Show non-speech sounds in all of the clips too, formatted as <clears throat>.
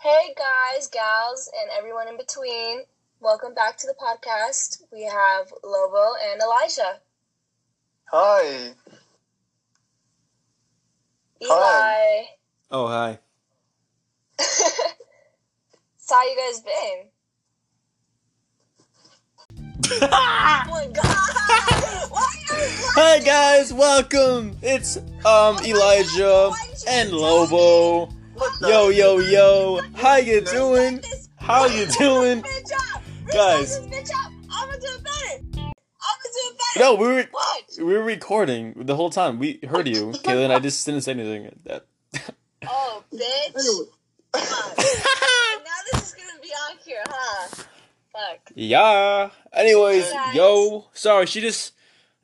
Hey guys, gals, and everyone in between. Welcome back to the podcast. We have Lobo and Elijah. Hi. Eli. Hi. Oh, hi. So how you guys been? Oh <laughs> my god! <laughs> Why are you Hi, guys. Welcome. It's Oh, um Elijah and Lobo. What the- Yo, yo, yo. How you doing? this How you doing? bitch up? This Guys. bitch up. I'ma do it better. I'ma do it better. No, we were What? we were recording the whole time. We heard you, Kayla, and I just didn't say anything. That Oh, <laughs> bitch. Anyway, Fuck. <laughs> Now this is gonna be on here, huh? Fuck. yeah. Anyways, Hey, guys. yo. Sorry, she just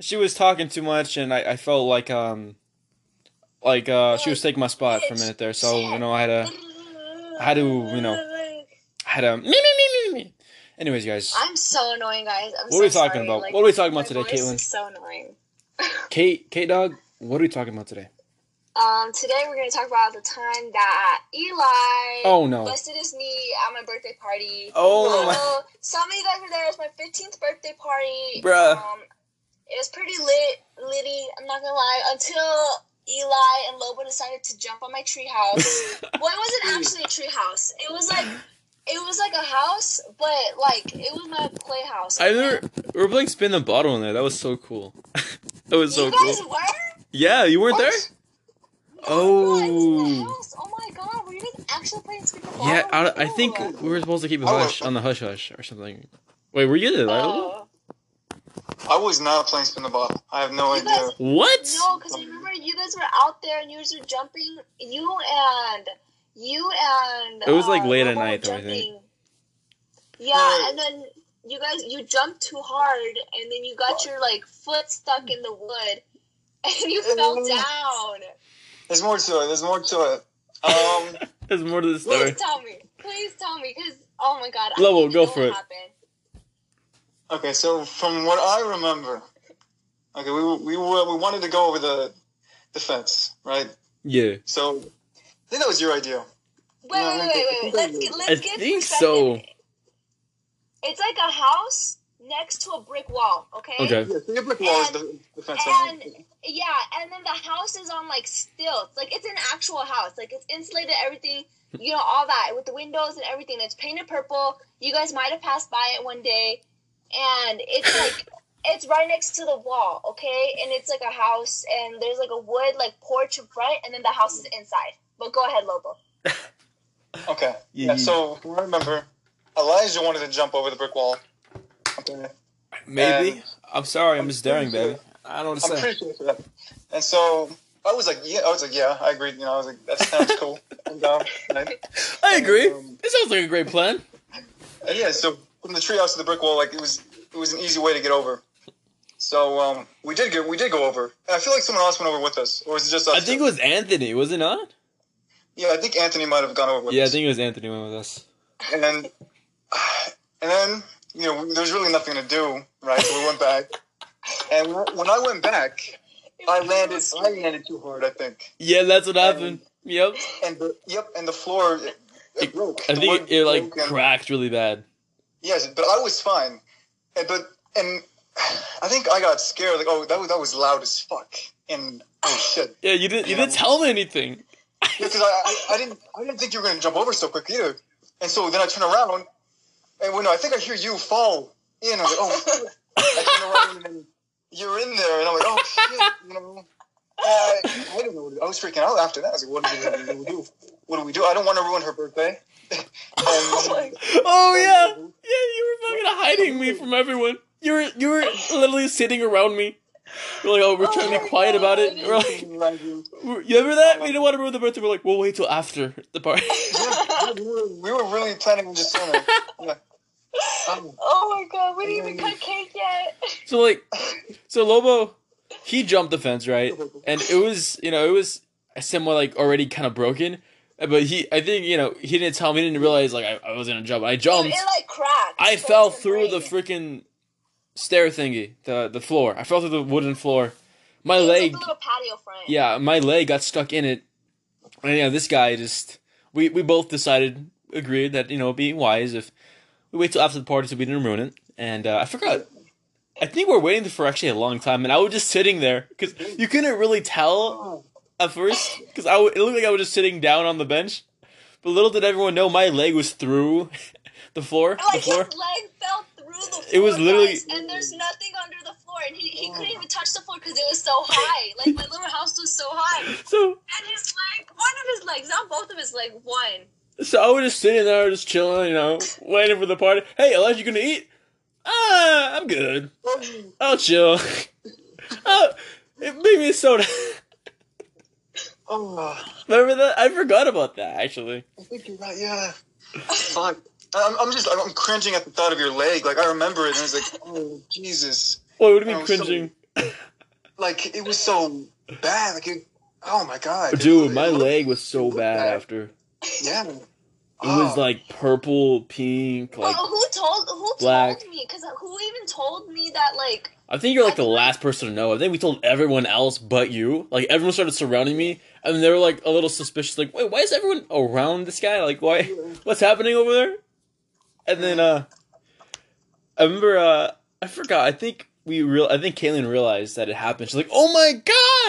she was talking too much, and I, I felt like um like uh she was taking my spot for a minute there. So you know I had to I had to, you know, I had to me me me me me. Anyways, guys. I'm so annoying, guys. I'm What are we talking about? What are we talking about today, Caitlin? so annoying. Kate, Kate Dog, what are we talking about today? Um, today we're gonna talk about the time that Eli Oh no. busted his knee at my birthday party. Oh, my- So, Some of you guys were there. It was my 15th birthday party. Bruh. Um, it was pretty lit, litty. I'm not gonna lie. Until Eli and Lobo decided to jump on my treehouse. well, it wasn't actually a treehouse. It was like. It was like a house, but like it was my playhouse. <laughs> I remember we were playing spin the bottle in there. That was so cool. <laughs> that was so you guys cool. were? Yeah, you weren't What? there? No, I was in Oh. the house. Oh my god, were you guys actually playing Squid the Yeah, Bottle? I, I think No. we were supposed to keep a Oh. hush on the hush hush or something. Wait, were you there? Lila? Oh. I was not playing spin the bottle. I have no You idea. guys- What? No, because I remember you guys were out there and you guys were jumping. You and you and It was, like, uh, late at Lobo were night, though, I think. jumping. Yeah, Right. and then you guys you jumped too hard and then you got your like foot stuck in the wood <laughs> and you fell Mm. down. There's more to it. There's more to it. Um, <laughs> There's more to the Please story. tell me. Please tell me, because oh my god, I Lobo, didn't go know for what it. happened. okay, so from what I remember, okay, we we were, we wanted to go over the the fence, right? Yeah. So I think that was your idea. Wait, No, I wait, think- wait, wait, wait. Let's get let's I get think perspective. so. It's like a house next to a brick wall, okay? Okay. Yeah, so your brick wall is the, the fence. I And mean. yeah, and then the house is on like stilts. Like it's an actual house. Like it's insulated, everything, you know, all that with the windows and everything. It's painted purple. You guys might have passed by it one day. And <laughs> it's like it's right next to the wall, okay? And it's like a house and there's like a wood like porch in front and then the house is inside. But go ahead, Lobo. Okay. Yeah, Yeah. you- So from what I remember, Elijah wanted to jump over the brick wall. Okay. Maybe. Um, I'm sorry, I'm I'm just daring, pretty baby. I don't know what to I'm say. pretty sure for that. And so I was like, yeah, I was like, yeah, I agreed. You know, I was like, that sounds <laughs> cool. uh, I'm down. Right? I agree. Um, It sounds like a great plan. And yeah, so from the treehouse to the brick wall, like it was, it was an easy way to get over. So um, we did get, we did go over. And I feel like someone else went over with us, or was it just us? I think two? it was Anthony, was it not? yeah, I think Anthony might have gone over with Yeah, I us. think it was Anthony went with us. And then, <sighs> and then you know, there was really nothing to do, right? So we went <laughs> back, and wh- when I went back, I landed, I landed too hard, I think. Yeah, that's what happened. Yep. And the yep, and the floor it, it broke. I The think wood it, it like broke and- cracked really bad. Yes, but I was fine. And, but and I think I got scared. Like, oh, that was, that was loud as fuck. And oh shit, Yeah, you didn't. You Yeah. didn't tell me anything. <laughs> because I, I I didn't I didn't think you were gonna jump over so quick either. And so then I turn around, and when I think I hear you fall in, I'm like, oh. shit. I turn around and you're in there, and I'm like, oh shit, you know. Uh, I, I didn't know. What to, I was freaking out after that. I was like, what do we, what do, we do? What do we do? I don't want to ruin her birthday. <laughs> And- my Oh yeah, yeah. You were fucking hiding me from everyone. You were you were literally sitting around me. You're like, oh, Oh we're trying to Oh be my quiet about it. God. We're like, Really? we're- you remember that? We didn't want to ruin the birthday. We're like, we'll wait till after the party. <laughs> Yeah, we were, we were really planning on just saying it. Yeah. Um, Oh my god, we didn't even cut cake yet. So like, so Lobo, he jumped the fence, <laughs> right? And it was, you know, it was somewhat like already kind of broken. But he, I think, you know, he didn't tell me. He didn't realize like I, I was gonna jump. I it, jumped. it, like cracked. I So fell it's through the great. freaking stair thingy, the the floor. I fell through the wooden floor. My It's leg, Like a little patio front. yeah, my leg got stuck in it. And yeah, this guy just we we both decided agreed that you know it'd be wise if we wait till after the party so we didn't ruin it. And uh, I forgot. I think we we're waiting for actually a long time, and I was just sitting there because you couldn't really tell at first because I w- it looked like I was just sitting down on the bench. But little did everyone know, my leg was through <laughs> the floor. Like <laughs> the floor. his leg fell through the floor. It was literally- Oh. guys, and there's nothing under the floor, and he, he couldn't even touch the floor because it was so high. <laughs> Like my little house was so high, So and his leg, one of his legs, not both of his legs, one. So I was just sitting there, just chilling, you know, waiting for the party. Hey, Elijah, you gonna eat? Ah, I'm good. I'll chill. <laughs> oh, it made me a soda. Oh, <laughs> Remember that? I forgot about that actually. I think you're right. Yeah. Fuck. I'm, I'm just I'm cringing at the thought of your leg. Like I remember it, and I was like, oh Jesus. Wait, what do you Oh, mean so- cringing? Like it was so bad. Like it, oh my god. Dude, my leg was so bad bad. Oh. after. It Yeah. was like purple, pink, like Oh. well, who told who black. told me? Because who even told me that? Like I think you're like the last person to know. I think we told everyone else but you. Like everyone started surrounding me, and they were like a little suspicious. Like, wait, why is everyone around this guy? Like, why? What's happening over there? And then uh, I remember uh, I forgot. I think we real. I think Kaylin realized that it happened. She's like, oh my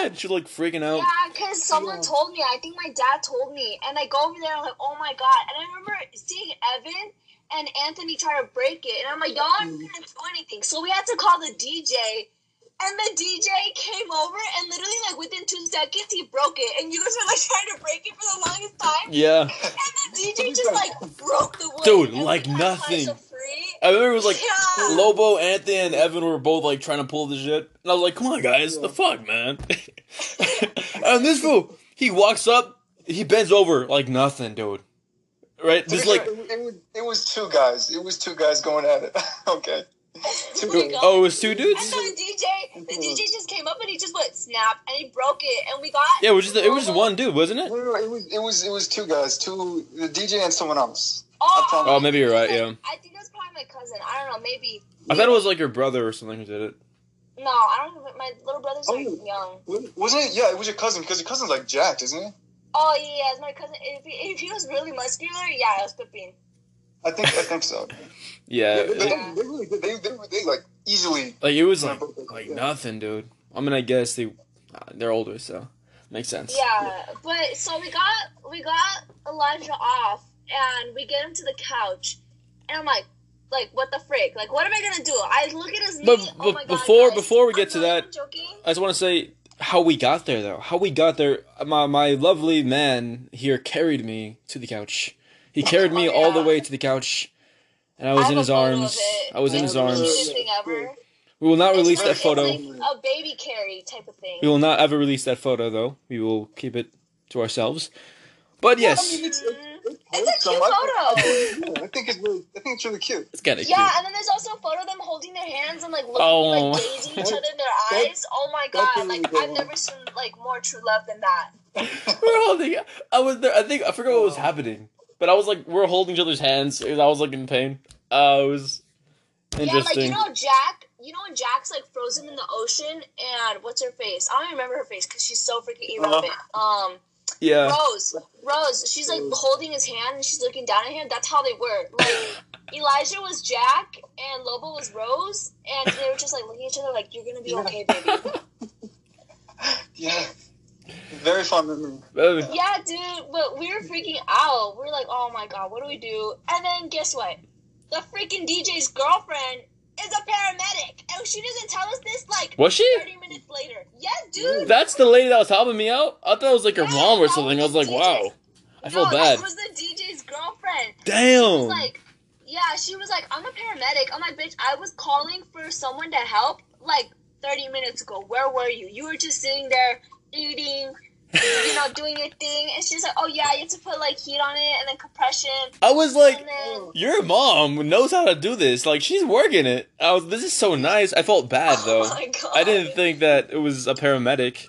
god! She's like freaking out. Yeah, because someone told me. I think my dad told me, and I go over there. I'm like, oh my god! And I remember seeing Evan and Anthony try to break it, and I'm like, y'all aren't gonna do anything. So we had to call the DJ, and the DJ came over, and literally like within two seconds he broke it, and you guys were like <laughs> trying to break it for the longest time, Yeah, and the DJ just like broke the wood, Dude, and we like had Liza nothing. Free. <laughs> I remember it was like Yeah. Lobo, Anthony, and Evan were both like trying to pull the shit, and I was like, "Come on, guys, the fuck, man!" <laughs> and this fool, he walks up, he bends over like nothing, dude. Right? Just like, it, it, was, it was two guys. It was two guys going at it. <laughs> okay. Two Oh my guys. God. oh, it was two And dudes. so the DJ, the DJ just came up and he just went snap, and he broke it, and we got Yeah, it was just it was just Lobo- one dude, wasn't it? No, no, no, it was it was it was two guys. Two the DJ and someone else. Oh, Oh, maybe you're right, I- yeah. I think that's probably my cousin. I don't know. Maybe. I thought it was like your brother or something who did it. No, I don't. even- My little brothers Oh. are young. Wasn't it? Yeah, it was your cousin because your cousin's like jacked, isn't he? Oh yeah, it's my cousin. If he, if he was really muscular, yeah, it was Pippin. I think I think <laughs> so. Yeah, they, they, it- they really did. They, they, they like easily. like it was Yeah, like but- like yeah. nothing, dude. I mean, I guess they uh, they're older, so makes sense. Yeah, but so we got we got Elijah off, and we get him to the couch, and I'm like, like what the frick? Like what am I gonna do? I look at his knee. But- oh but my God, before- guys, before we I'm get to not that- even joking. I just want to say how we got there, though. How we got there. My my lovely man here carried me to the couch. He carried me Oh, all the yeah. way to the couch, and I I was have in a his photo of arms. it. I was in his It's the arms. cutest thing ever. We will not release that It's like- photo. it's like a baby carry type of thing. We will not ever release that photo, though. We will keep it to ourselves. But yes, it's, Mm-hmm. It's a cute I- I, photo. yeah, I think it's really. I think it's really cute. <laughs> it's kind of cute. Yeah, and then there's also a photo of them holding their hands and like looking Oh. like gazing each other in That- their eyes. Oh my that's god! really Like good. I've never seen like more true love than that. we're holding. I was there. I think I forgot what was happening, but I was like, we're holding each other's hands. and I was like in pain. Uh, it was Yeah, like interesting. you know Jack. You know when Jack's like frozen in the ocean and what's her face? I don't even remember her face because she's so freaking Uh-huh. irrelevant. Um, yeah, Rose, Rose. She's like holding his hand and she's looking down at him. That's how they were. <laughs> Like Elijah was Jack and Lobo was Rose, and they were just like looking at each other like, "You're gonna be okay, baby." Yeah. Very fun memory. Uh, Yeah, dude, but we were freaking out. We were like, oh my god, what do we do? And then guess what? The freaking DJ's girlfriend is a paramedic, and she doesn't tell us this like was she? 30 minutes later. Yes, dude. That's the lady that was helping me out. I thought it was like her Yeah, mom or that something. I was was like, the wow, DJ. I felt no, bad. Oh. That was the DJ's girlfriend. She was Damn. like, yeah, she was like, I'm a paramedic. I'm like, bitch, I was calling for someone to help like 30 minutes ago. Where were you? You were just sitting there eating. you know, doing your thing, and she's like, "Oh yeah, you have to put like heat on it, and then compression, I was like, and then your mom knows how to do this. Like she's working it. I was. This is so nice. I felt bad though. <laughs> Oh my God. I didn't think that it was a paramedic.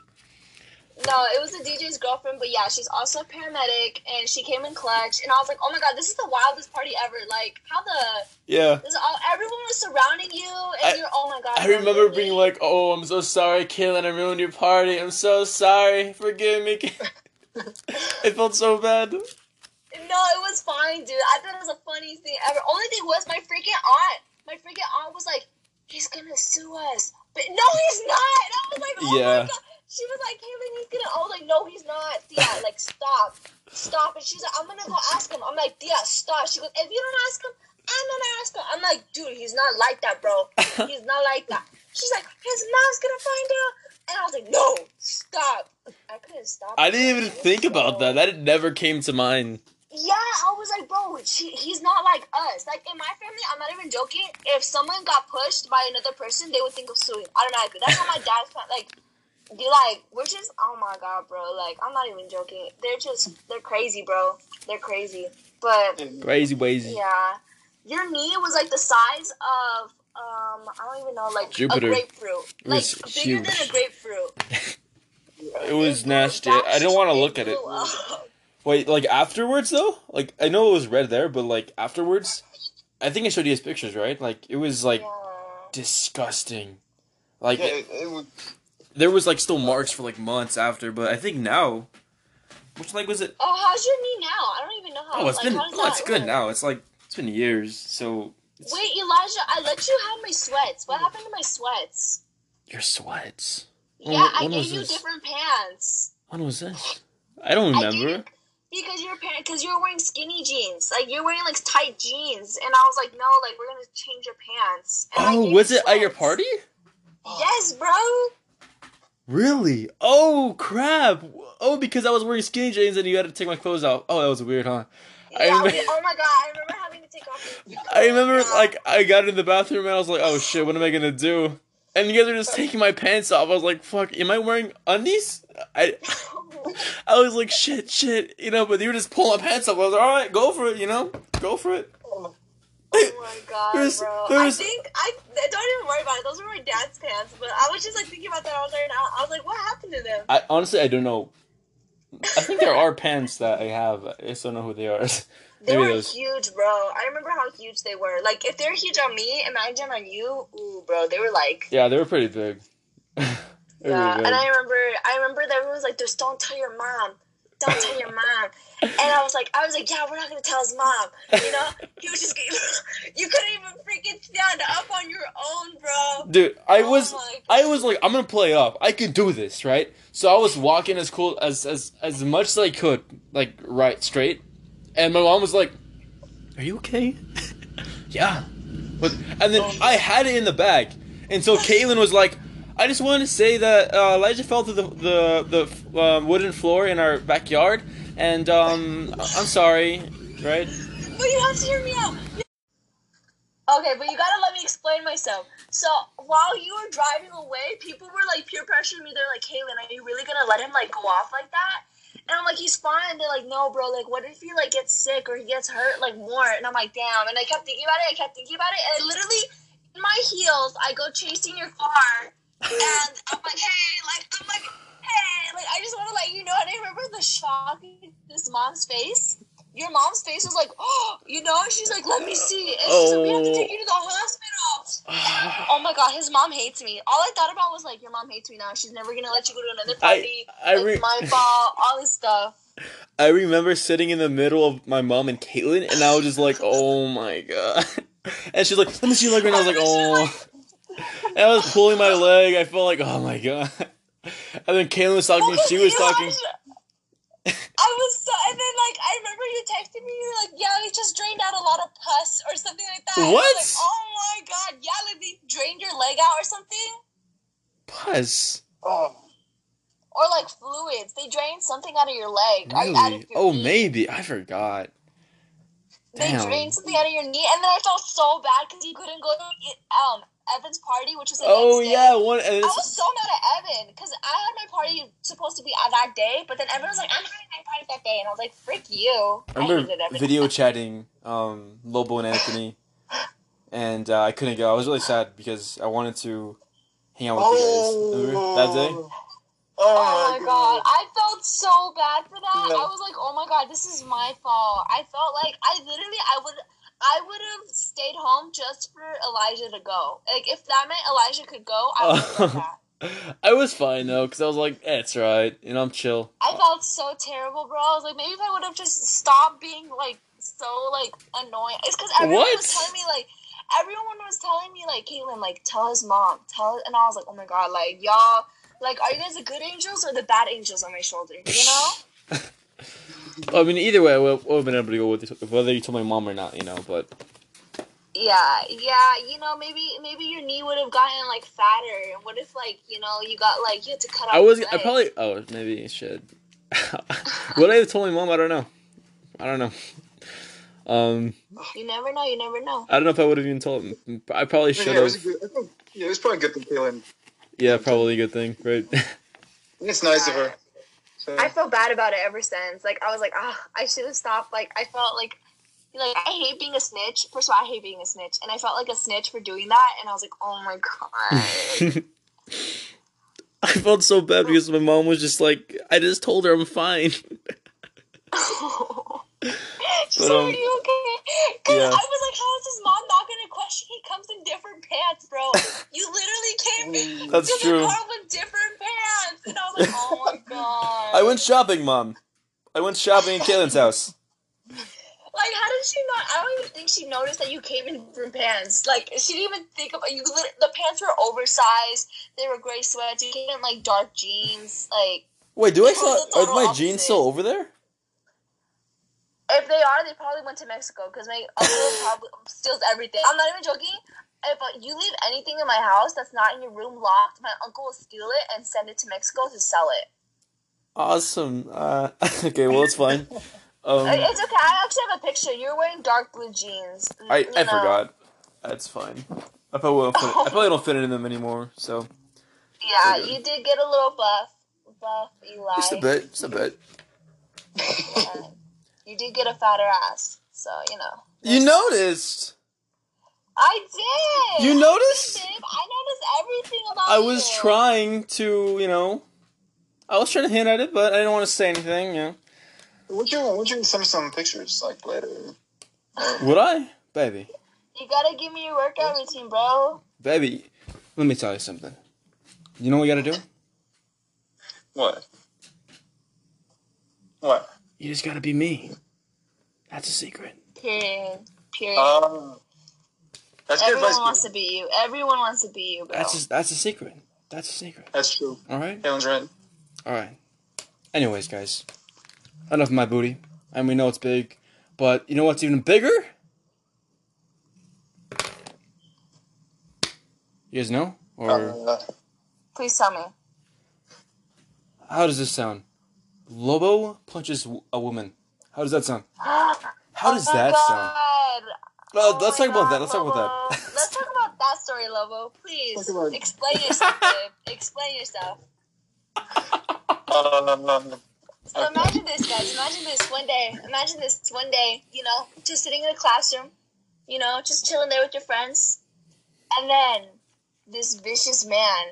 No, it was the DJ's girlfriend, but yeah, she's also a paramedic, and she came in clutch. And I was like, oh my god, this is the wildest party ever! Like, how the Yeah. this is all everyone was surrounding you, and I- you're oh my god. I remember being like, "Oh, I'm so sorry, Kaylin. I ruined your <laughs> party. I'm so sorry. Forgive me." Kay-" it felt so bad. No, it was fine, dude. I thought it was the funniest thing ever. Only thing was my freaking aunt. My freaking aunt was like, "He's gonna sue us," but no, he's not. And I was like, "Oh Yeah. my god." She was like, "Kaylin, he's gonna." I was like, "No, he's not, Thea. Like, stop, stop." And she's like, "I'm gonna go ask him." I'm like, "Thea, stop." She goes, "If you don't ask him, I'm gonna ask him." I'm like, "Dude, he's not like that, <laughs> bro. He's not like that." She's like, "His mom's gonna find out," and I was like, "No, stop." I couldn't stop. I didn't even It was think so- about that. That never came to mind. yeah, I was like, bro, she, he's not like us. Like in my family, I'm not even joking. If someone got pushed by another person, they would think of suing. Automatically. That's how my dad's fa- like. You like, we're just, oh my god, bro. Like, I'm not even joking. They're just, they're crazy, bro. They're crazy. But Crazy, wazy. yeah, your knee was like the size of, um, I don't even know, like Jupiter. a grapefruit. It Like was bigger than huge. a grapefruit. It was nasty. I didn't want to look at it. blew up. Wait, like afterwards though? Like I know it was red there, but like afterwards, I think I showed you his pictures, right? Like it was like Yeah. disgusting. Like Yeah, it, it was, there was like still marks for like months after, but I think now, which like was it? Oh, how's your knee now? I don't even know how. Oh, it's like, been how does oh, it's that good look? now. It's like it's been years. So It's- Wait, Elijah, I let you have my sweats. What happened to my sweats? your sweats. When- Yeah, I when gave was you this? different pants. When was <sighs> this? I don't remember. I think because you were pant because you were wearing skinny jeans. Like you were wearing like tight jeans, and I was like, no, like we're gonna change your pants. And I oh, gave was you it at your sweats. party? Yes, bro. Really? Oh crap! Oh, because I was wearing skinny jeans and you had to take my clothes off. Oh, that was weird, huh? Yeah, I remember- we- oh my god, I remember having to take off. your- I remember Yeah. like I got in the bathroom and I was like, oh shit, what am I gonna do? And you guys are just taking my pants off. I was like, fuck, am I wearing undies? I <laughs> I was like, <laughs> shit, shit, you know. But you were just pulling my pants off. I was like, all right, go for it, you know, go for it. Oh <laughs> my god, There's- bro. there's- I think I don't even worry about it. Those were my dad's pants, but I was just like thinking about that all day, and I I was like, what happened to them? I honestly I don't know. I think there are pants that I have. I just don't know who they are. <laughs> They Maybe were those. huge, bro. I remember how huge they were. Like, if they're huge on me, imagine on you. Ooh, bro, they were like. Yeah, they were pretty big. <laughs> They were Yeah. big. And I remember, I remember that everyone was like, "Just don't tell your mom. Don't tell your mom." And I was like, I was like, yeah, we're not gonna tell his mom. You <laughs> know, he was just. gonna- <laughs> you couldn't even freaking stand up on your own, bro. Dude, I was Oh my I was like, I'm gonna play up. I can do this, right? So I was walking as cool as as as much as I could, like right straight. And my mom was like, Are you okay? <laughs> yeah. But and then I had it in the bag. And so Caitlin was like, I just wanted to say that uh, Elijah fell to the the, the uh, wooden floor in our backyard, and um, I'm sorry, right? But you have to hear me out. Okay, but you gotta let me explain myself. So while you were driving away, people were like peer pressuring me. They're like, "Kaylin, are you really gonna let him like go off like that?" And I'm like, "He's fine." They're like, "No, bro. Like, what if he like gets sick or he gets hurt like more?" And I'm like, "Damn." And I kept thinking about it. I kept thinking about it. And I literally, in my heels, I go chasing your car, and I'm like, "Hey, like, I'm like, hey, like, I just want to let you know." And I remember the shock in this mom's face your mom's face was like, <gasps> oh, you know, and she's like, let me see. And she's like, we have to take you to the hospital. oh my god, his mom hates me. All I thought about was like, your mom hates me now. She's never gonna let you go to another I- party. I it's re- my fault. All this <laughs> stuff. I remember sitting in the middle of my mom and Caitlin, and I was just like, "Oh my god!" <laughs> And she's like, "Let me see your leg," and I was like, "Oh." And I was pulling my leg. I felt like, "Oh my god!" And then Caitlin was talking. She was talking. I was so, and then like I remember you texted me. You're like, yeah, they just drained out a lot of pus or something like that. And I was What? like, oh my god, yeah, like they drained your leg out or something, Pus. oh, or like fluids. They drained something out of your leg. or out of Really? your Oh, knee. maybe I forgot. They Damn. drained something out of your knee, and then I felt so bad because you couldn't go to um Evan's party, which was the Oh next day. yeah, one. And I it's- was so mad at Evan because I had my party supposed to be on that day, but then Evan was like, "I'm having my party that day," and I was like, "Frick you!" I remember hated Evan. video chatting um, Lobo and Anthony, and uh, I couldn't go. I was really sad because I wanted to hang out with you Oh, guys remember that day. Oh, Oh my god, god. I felt so bad for that. No. I was like, oh my god, this is my fault. I felt like I literally, I would, I would have <laughs> stayed home just for Elijah to go. Like if that meant Elijah could go, I would have done that. I was fine though, because I was like, eh, "It's right," and I'm chill. I felt so terrible, bro. I was like, maybe if I would have just stopped being like so like annoying. It's because everyone What? was telling me like everyone was telling me like Caitlin like tell his mom tell and I was like oh my god like y'all like are you guys the good angels or the bad angels on my shoulder you <sighs> know I mean, either way, I would have been able to go with it, whether you told my mom or not, you know. But yeah yeah you know maybe maybe your knee would have gotten like fatter and what if like you know you got like you had to cut off I was, your I leg? probably, oh, maybe it should. <laughs> would I have told my mom? I don't know. I don't know. Um, you never know you never know I don't know if I would have even told him. I probably Yeah, should it was a have. good, I think, yeah, it was probably a good thing, Kaylin. Yeah, probably a good thing, right? <laughs> And it's nice of her. So, I felt bad about it ever since. Like I was like, ah, I should have stopped. Like I felt like, like I hate being a snitch. First of all, I hate being a snitch, and I felt like a snitch for doing that. And I was like, oh my <laughs> god. <laughs> I felt so bad because my mom was just like, I just told her I'm fine. She's But, like, um, are you okay? Because I yeah. was like, how is his mom not gonna question? He comes in different pants, bro. You literally came Mm, <laughs> <laughs> That's to true. the car with different pants, and I was like, oh <laughs> my god. I went shopping, mom. I went shopping at Kaylin's house. Like, how did she not? I don't even think she noticed that you came in different pants. Like, she didn't even think about you. lit- The pants were oversized. They were gray sweats. You came in like dark jeans. Like, Wait, do I It was the still are my total jeans opposite. still over there? if they are, they probably went to Mexico because my uncle <laughs> probably steals everything. I'm not even joking. If uh, you leave anything in my house that's not in your room locked, my uncle will steal it and send it to Mexico to sell it. Awesome. Uh, <laughs> okay, well it's fine. Um, Uh, It's okay. I actually have a picture. You're wearing dark blue jeans. I, you I know. forgot. That's fine. I probably won't fit. I probably don't fit in them anymore. So Yeah, Forgot. you did get a little buff. Buff, Eli. just a bit, just a bit. and you did get a fatter ass, so you know. You noticed. I did. You I noticed? did, babe. I noticed everything about I was you. trying to, you know, I was trying to hint at it, but I didn't want to say anything. You would you would you send me some pictures like later? know, would I, baby? You gotta give me your workout routine, bro. Baby, let me tell you something. You know what we gotta do? What? What? You just gotta be me. That's a secret. Period. Period. Um, that's good Everyone advice. wants dude. to be you. Everyone wants to be you, bro. That's a, that's a secret. That's a secret. That's true. All right. Kaylin's right. All right. Anyways, guys, enough of my booty. And we know it's big, but you know what's even bigger? You guys know, or Uh, Please tell me. how does this sound? Lobo punches w- a woman. How does that sound? How does oh my that God. sound? Well, Oh let's my talk about that. God, <laughs> Let's talk about Lobo. that. Let's talk about that story, Lobo. Please Talk about- explain <laughs> yourself. babe. Explain yourself. um, So imagine this, guys. Imagine this one day. Imagine this one day, you know, just sitting in a classroom, you know, just chilling there with your friends. And then this vicious man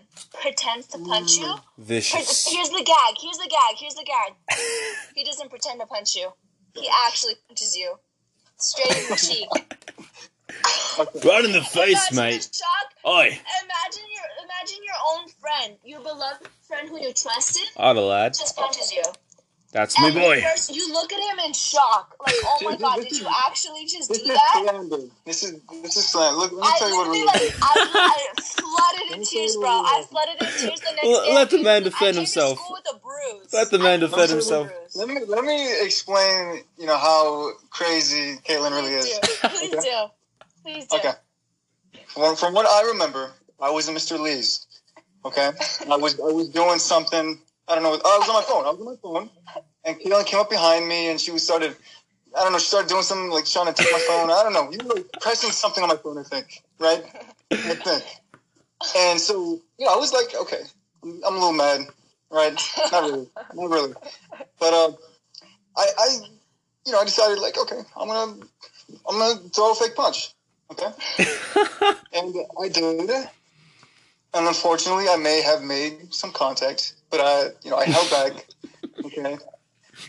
pretends to punch you. Pre- <laughs> Vicious. Here's the gag. Here's the gag. Here's the gag. He doesn't pretend to punch you, he actually punches you straight in the cheek. Right in the Imagine The shock. Oi. Imagine your, imagine your own friend, your beloved friend who you trusted, Outta lad. just punches you. That's And at first, you look at him in shock, like, "Oh <laughs> my god, did you actually just this do is that?" slander. This is this is slander. Look, let me I tell you what literally, we like, I, <laughs> I flooded in tears, bro. I flooded in tears the next Let- day. let the man I defend came himself. To school with a bruise. Let the man I defend came to school with a bruise. himself. Let me let me explain. You know how crazy Caitlin really is. Please do. Please do. Please do. Okay. From, from what I remember, I was in Mr. Lee's. Okay. I was I was doing something. I don't know. oh, I was on my phone. I was on my phone, and Caitlin came up behind me, and she was started. I don't know. She started doing something like trying to take my phone. I don't know. You were pressing something on my phone. I think. Right. I think. And so you know, I was like, okay, I'm, I'm a little mad. Right. Not really. Not really. But um, I I you know I decided like okay, I'm gonna I'm gonna throw a fake punch. Okay. And I did. And unfortunately, I may have made some contact, but I, you know, I held back. Okay.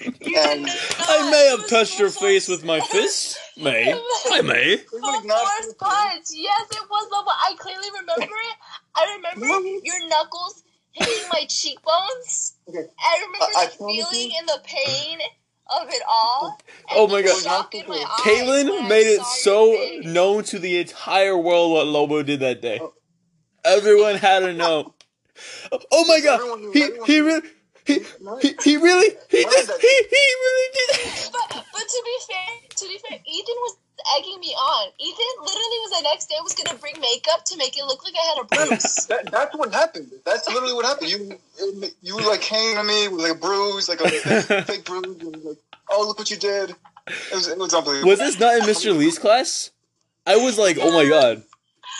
And I may have touched her face with my fist. May. I may. we Full would not. force punch. Yes, it was level. I clearly remember it. I remember What? your knuckles hitting my cheekbones. Okay. I remember I- I the promise feeling you- and the pain of it all. and Oh my the God. shock in my eyes when I Kaylin made it saw so your face. known to the entire world what Lobo did that day. Oh. Everyone had <laughs> to know. Oh my god! Everyone- He he everyone- really he, he, he really he Why just is that? he, he really did. that. But but to be fair, to be fair, Ethan was egging me on. Ethan literally was the next day was gonna bring makeup to make it look like I had a bruise. That, that's what happened. That's literally what happened. You you like came to me with like a bruise, like a fake, <laughs> fake bruise, and like, oh look what you did. It was it was unbelievable. Was this not in Mr. Lee's class? I was like, oh my god,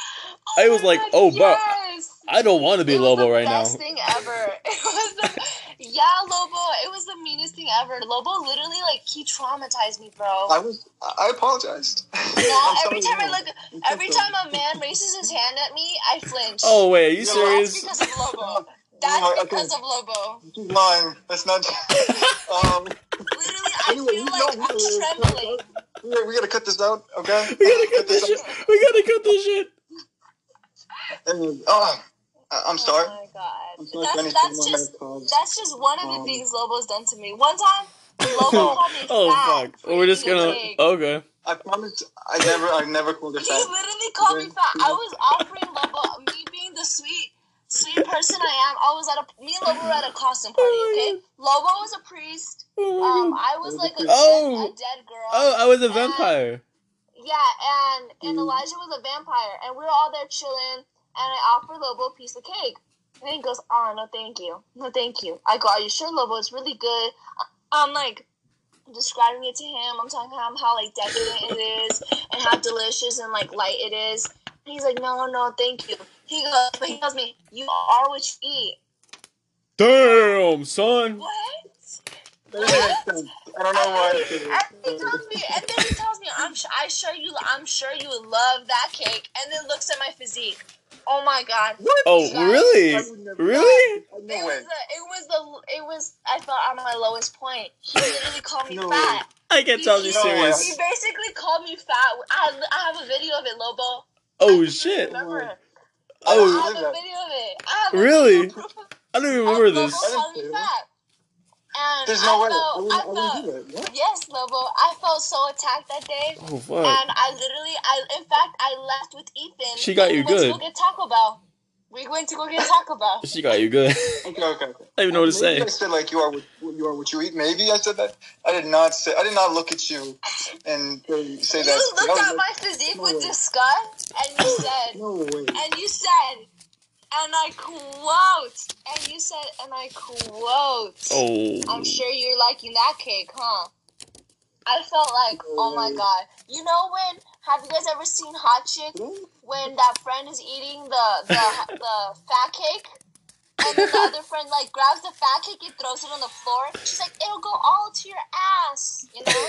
<laughs> I was my like, God, oh, but- yes! I don't want to be It was Lobo the right now. best thing ever. <laughs> It was the yeah, Lobo. It was the meanest thing ever. Lobo literally like he traumatized me, bro. I was I apologized. <laughs> Now I'm every time I sorry. look, every time a man raises his hand at me, I flinch. Oh wait, are you Yeah, that's serious? because of <laughs> Lobo. Oh, That's okay. because of Lobo. She's lying. That's <laughs> not. <laughs> um, Literally, I Anyway, feel we like don't- I'm trembling. we gotta, we gotta cut this out, okay? We gotta cut <laughs> this shit. We gotta cut this shit. Anyway, oh, I- I'm sorry. Oh my god. I'm sorry for That's, anything that's on just that cause. that's just one of the Um, things Lobo's done to me. One <laughs> time, Lobo called me Oh fat. fuck, we're just eating a gonna pig. okay. I promised I never, I never called her He fat. literally called me fat. I was offering Lobo, me being the sweet, sweet person I am. I was at a me and Lobo were at a costume party. Okay, Lobo was a priest. Um, Oh, uh, my God. I was like a, Oh. dead, a dead girl. oh, I was a and- vampire. Yeah, and and Elijah was a vampire, and we were all there chilling. And I offered Lobo a piece of cake, and he goes, "Oh no, thank you, no thank you." I go, "Are you sure, Lobo? It's really good." I'm like describing it to him. I'm talking about how like decadent it is, and how delicious and like light it is. And he's like, "No, no, thank you." He goes, but he tells me, "You are what you eat." Damn, son. What? That doesn't make sense. I don't know why. I did it. And he tells me, and then he tells me, I'm sh- I sure you, I'm sure you would love that cake. And then looks at my physique. Oh my god. Oh, really? Really? It No was, way. the, it was the, it was, I felt on my lowest point. He literally called me No. fat. I can't tell you No way. He serious. basically called me fat. I, I have a video of it, Lobo. Oh I shit. Remember it. Oh, I have a video of it. I have a Really? video proof of- I don't even remember of Lobo this. calling me fat. And There's no I way. I Felt, wouldn't, I I felt, wouldn't do that. What? Yes, Lobo. I felt so attacked that day. Oh fuck. And I literally, I in fact, I left with Ethan. She got and we you went good. To go get Taco Bell. We went to go get Taco Bell. She got you good. <laughs> Okay, okay. okay. I don't even know what to Maybe say. I said like you are what you are what you eat. Maybe I said that. I did not say. I did not look at you and uh, <laughs> say that. You That looked was at my physique No with way. disgust, and <laughs> you said, No way. and you said, and I quote, and you said, and I quote. Oh. I'm sure you're liking that cake, huh? I felt like, oh my god. You know when? Have you guys ever seen Hot Chick? when that friend is eating the the, the <laughs> fat cake, and then the other friend like grabs the fat cake and throws it on the floor. She's like, "It'll go all to your ass," you know.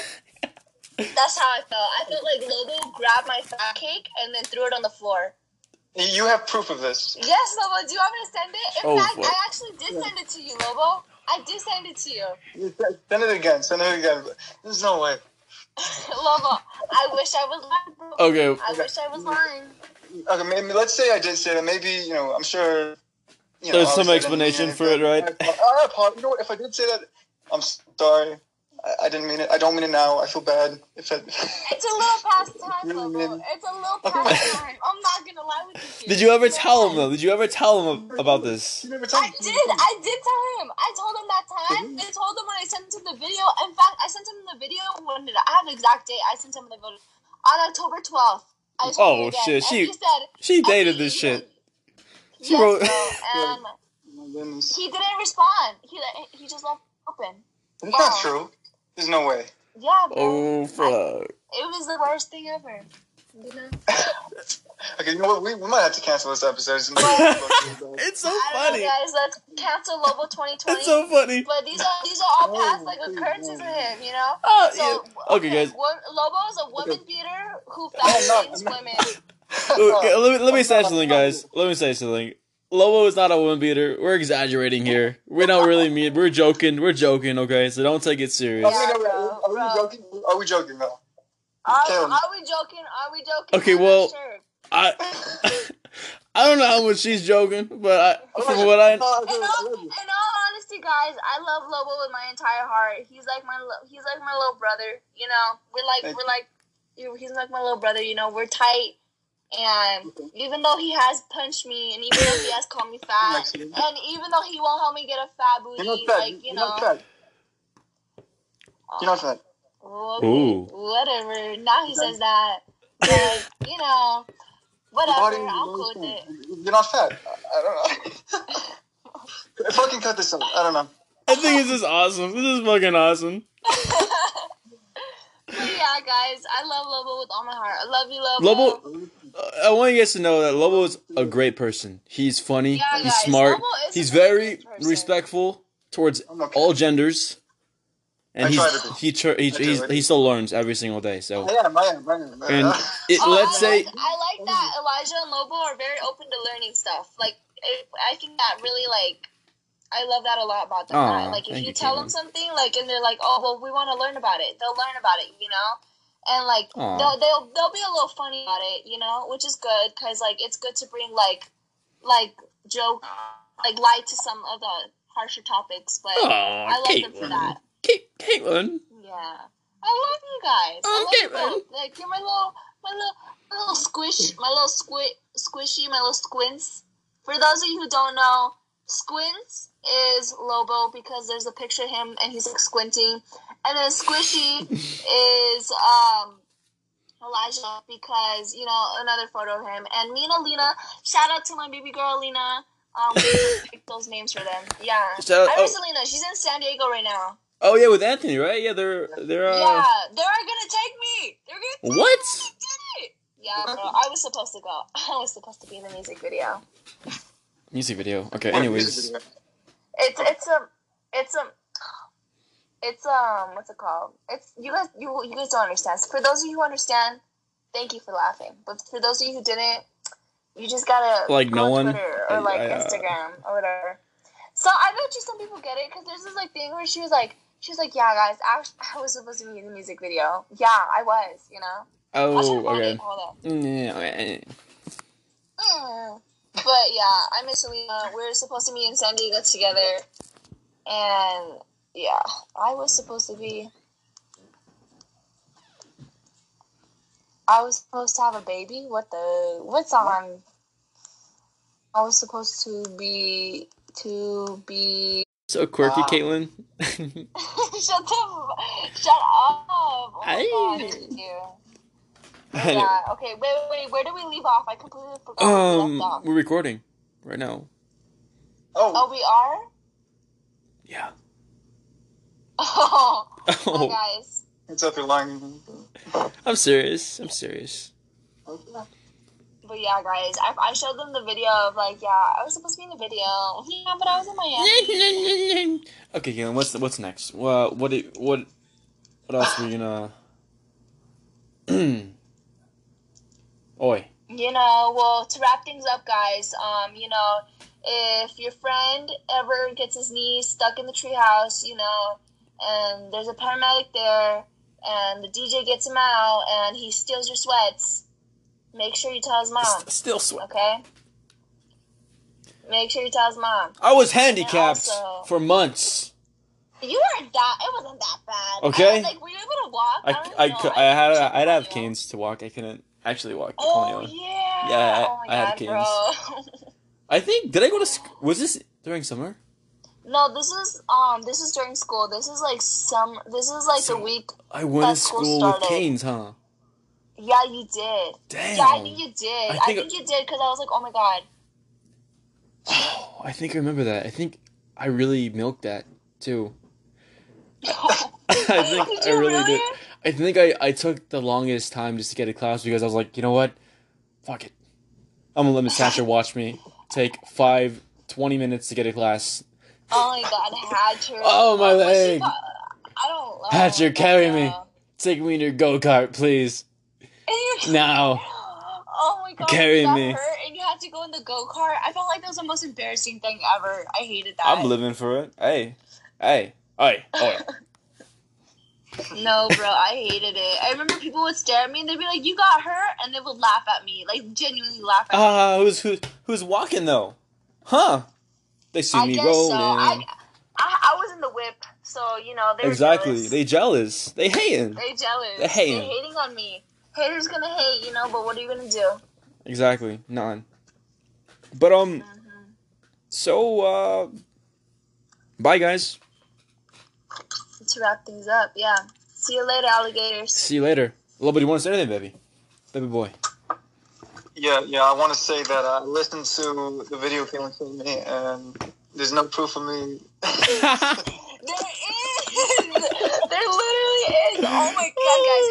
That's how I felt. I felt like Lobo grabbed my fat cake and then threw it on the floor. You have proof of this. Yes, Lobo. Do you want me to send it? In Oh, fact, fuck. I actually did send it to you, Lobo. I did send it to you, <laughs> Send it again. Send it again. There's no way. Lobo. I wish I was lying, bro. Okay. I wish I was lying. Okay, maybe let's say I did say that. Maybe you know, I'm sure. You know, There's obviously some I didn't explanation mean for it, right? I, I, apo- you know what? If I did say that, I'm sorry. I, I didn't mean it. I don't mean it now. I feel bad. If I, <laughs> It's a little past time, Really, Lobo. man. It's a <laughs> little past time. I'm not gonna lie with you. Did you ever tell him though? Did you ever tell him ab- about this? you never I did. I did tell him. I told him that time. I told him when I sent him the video. In fact, I sent him the video. When did I, I have the exact date? I sent him the video on October twelfth. I told him Oh, again, shit, And she- he said She and he- dated this he- shit. She yes, <laughs> wrote- bro, and My goodness. he didn't respond. He let- he just left it open. That's not true. There's no way. Yeah, bro. Oh fuck. It was the worst thing ever. You know? Okay, you know what? We, we might have to cancel this episode. <laughs> <laughs> It's so I don't funny. know, guys. Let's cancel Lobo 2020. It's so funny. But these are these are all past like Oh, occurrences of him, you know. Uh, Ah, So yeah. Okay, guys. wo- Lobo is a woman beater who no, fascinates I'm not- <laughs> women. Okay, let me let me say something, guys. Let me say something. Lobo is not a woman beater. We're exaggerating here. We're not really mean. We're joking. We're joking. Okay, so don't take it serious. Yeah, are, we, bro, are we bro. joking? Are we joking? No. Are, Karen. are we joking? Are we joking? Okay, I'm not well, sure. I <laughs> I don't know how much she's joking, but I, from <laughs> what I In all, in all honesty, guys, I love Lobo with my entire heart. He's like my lo- he's like my little brother. You know, we're like Thank we're like you- he's like my little brother. You know, we're tight. And even though he has punched me, and even though he has called me <laughs> fat, You're and not even though he won't help me get a fat booty, You're not fat. like you You're know, not fat. You're not fat. okay, Ooh. whatever. Now he says that, but you know, <laughs> Your body whatever. is I'm cool really with it. small. You're not fat. I I don't know. <laughs> Fucking cut this out. I don't know. I think this is awesome. This is fucking awesome. But yeah, guys, I love Lobo with all my heart. I love you, Lobo. Lobo, I want you guys to know that Lobo is a great person. He's funny. Yeah, he's guys, smart. Lobo is He's a really very good person. respectful towards I'm okay. all genders, and I he's, try to be. he tr- he I do, he's, I do. he still learns every single <laughs> day. So I am. I am. I am. and it, Oh, let's I say like, I like that Elijah and Lobo are very open to learning stuff. Like it, I think that really like I love that a lot about them. Aw, that, like if thank you, you, tell Caitlin. them something, like and they're like, oh well, we want to learn about it. They'll learn about it, you know. And like Aw. they'll, they'll they'll be a little funny about it, you know, which is good because like it's good to bring like like joke like light to some of the harsher topics. But I oh, like them for Caitlin, that. Ca- Caitlin, Yeah. I love you guys. I love Okay, you both. Like you're my little my little my little squish my little squid squishy, my little squints. For those of you who don't know, squints is Lobo because there's a picture of him and he's like squinting. And then <laughs> squishy is um Elijah because, you know, another photo of him. And me and Alina, shout out to my baby girl Alina. Um, <laughs> we picked those names for them. Yeah. Shout out- I oh. miss Alina. She's in San Diego right now. oh yeah, with Anthony, right? Yeah, they're they're uh, Yeah, they're gonna take me. They're gonna take what? me. I did it. Yeah, bro. I was supposed to go. <laughs> I was supposed to be in the music video. Music video. Okay, anyways, It's it's a it's a it's um what's it called? It's you guys you you guys don't understand. So for those of you who understand, thank you for laughing. But for those of you who didn't, you just gotta Like, go no on one- Twitter or like I- I, uh, Instagram or whatever. So I bet you some people get it because there's this like thing where she was like she was like yeah guys actually, I <laughs> was supposed to be in the music video yeah I was you know I'll try to oh find okay, it. Hold on. yeah, okay. Mm. But yeah, I miss Alina. We were supposed to be in San Diego together, and yeah, I was supposed to be. I was supposed to have a baby. What the? What's on? I was supposed to be to be. <laughs> so quirky, Wow. Caitlin. <laughs> shut the. Shut up! Oh my God, Aye. thank you. Yeah. Okay. Wait, wait, wait. Where did we leave off? I completely forgot. where we um, left off. we're recording right now. Oh, Oh, we are. <laughs> Yeah. Oh, <laughs> Oh, guys. it's up your line. I'm serious. I'm serious. But yeah, guys, I, I showed them the video of like, yeah, I was supposed to be in the video. Yeah, but I was in Miami. <laughs> okay, Galen, what's what's next? Well, what do- what what else are we gonna? <clears throat> Oi. You know, well, to wrap things up, guys, um, you know, if your friend ever gets his knee stuck in the treehouse, you know, and there's a paramedic there, and the DJ gets him out, and he steals your sweats, make sure you tell his mom, S- still sweat. okay? Make sure you tell his mom. I was handicapped And also- for months. You weren't that. It wasn't that bad. Okay. I was like, were you able to walk? I don't I, know. cou- I had checked a, I'd have you. canes to walk. I couldn't actually walk. to Oh Colonial. yeah. Yeah, I- oh my I had god, bro. I think did I go to sc- was this during summer? <laughs> no, this is um, this is during school. This is like some. This is like the So- week. I went to That's school school with started. canes, huh? Yeah, you did. Damn. Yeah, I think you did. I I think- think, you did because I was like, oh my god. Oh, I think I remember that. I think I really milked that too. <laughs> <laughs> I think Did I you really, really? did. I think I, I took the longest time just to get a class because I was like, you know what? Fuck it. I'm gonna let Miss Thatcher watch me take five, 20 minutes to get a class. oh my god, Hatcher. Oh, my Was she leg. fu- I don't. oh Hatcher, my carry God, me. bro. Take me in your go kart, please. Now. <laughs> Oh my god, Carry you got me. hurt and you had have to go in the go kart. I felt like that was the most embarrassing thing ever. I hated that. I'm living for it. Hey, hey, hey, Oh, oil. no, bro, I hated it. I remember people would stare at me and they'd be like, "You got hurt," and they would laugh at me, like genuinely laugh at me. Ah, who's who's who's walking though? Huh? They see I me guess rolling. so. I, I I was in the whip, so you know they were exactly. jealous. They jealous. They hating. They jealous. They hating. They hating on me. Haters gonna hate, you know. But what are you gonna do? Exactly. None. But um. Mm-hmm. So uh. Bye guys. To wrap things up, yeah. See you later, alligators. See you later. Nobody wants anything, baby. Baby <laughs> boy. Yeah, yeah. I want to say that I listened to the video Caitlin sent me, and there's no proof of <laughs> There me. is. <laughs> there literally is. Oh my god,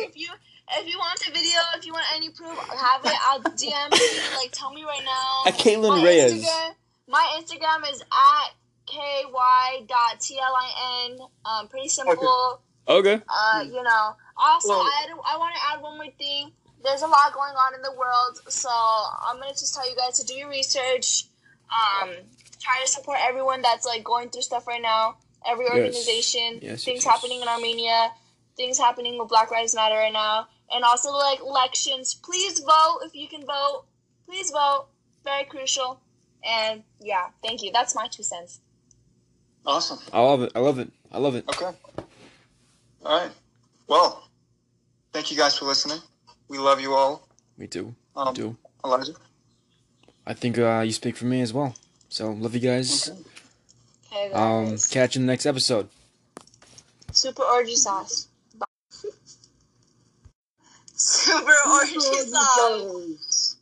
guys! If you if you want the video, if you want any proof, have it. I'll DM you. Like, tell me right now. At Caitlin My Reyes. Instagram, my Instagram is at ky.tlin. Um, pretty simple. Okay. Uh, you know. Also, Well- I, had- I want to add one more thing. There's a lot going on in the world, so I'm gonna just tell you guys to do your research. Um, try to support everyone that's like going through stuff right now. Every organization, things Yes, yes, yes. happening in Armenia, things happening with Black Lives Matter right now, and also like elections. Please vote if you can vote. Please vote. Very crucial. And yeah, thank you. That's my two cents. Awesome. I love it. I love it. I love it. Okay. All right. Well, thank you guys for listening. We love you all. Me too. Um, Do. Elijah. I think uh, you speak for me as well. So love you guys. Okay. Okay, Um, guys. catch you in the next episode. Super orgy sauce. Bye. Super orgy sauce.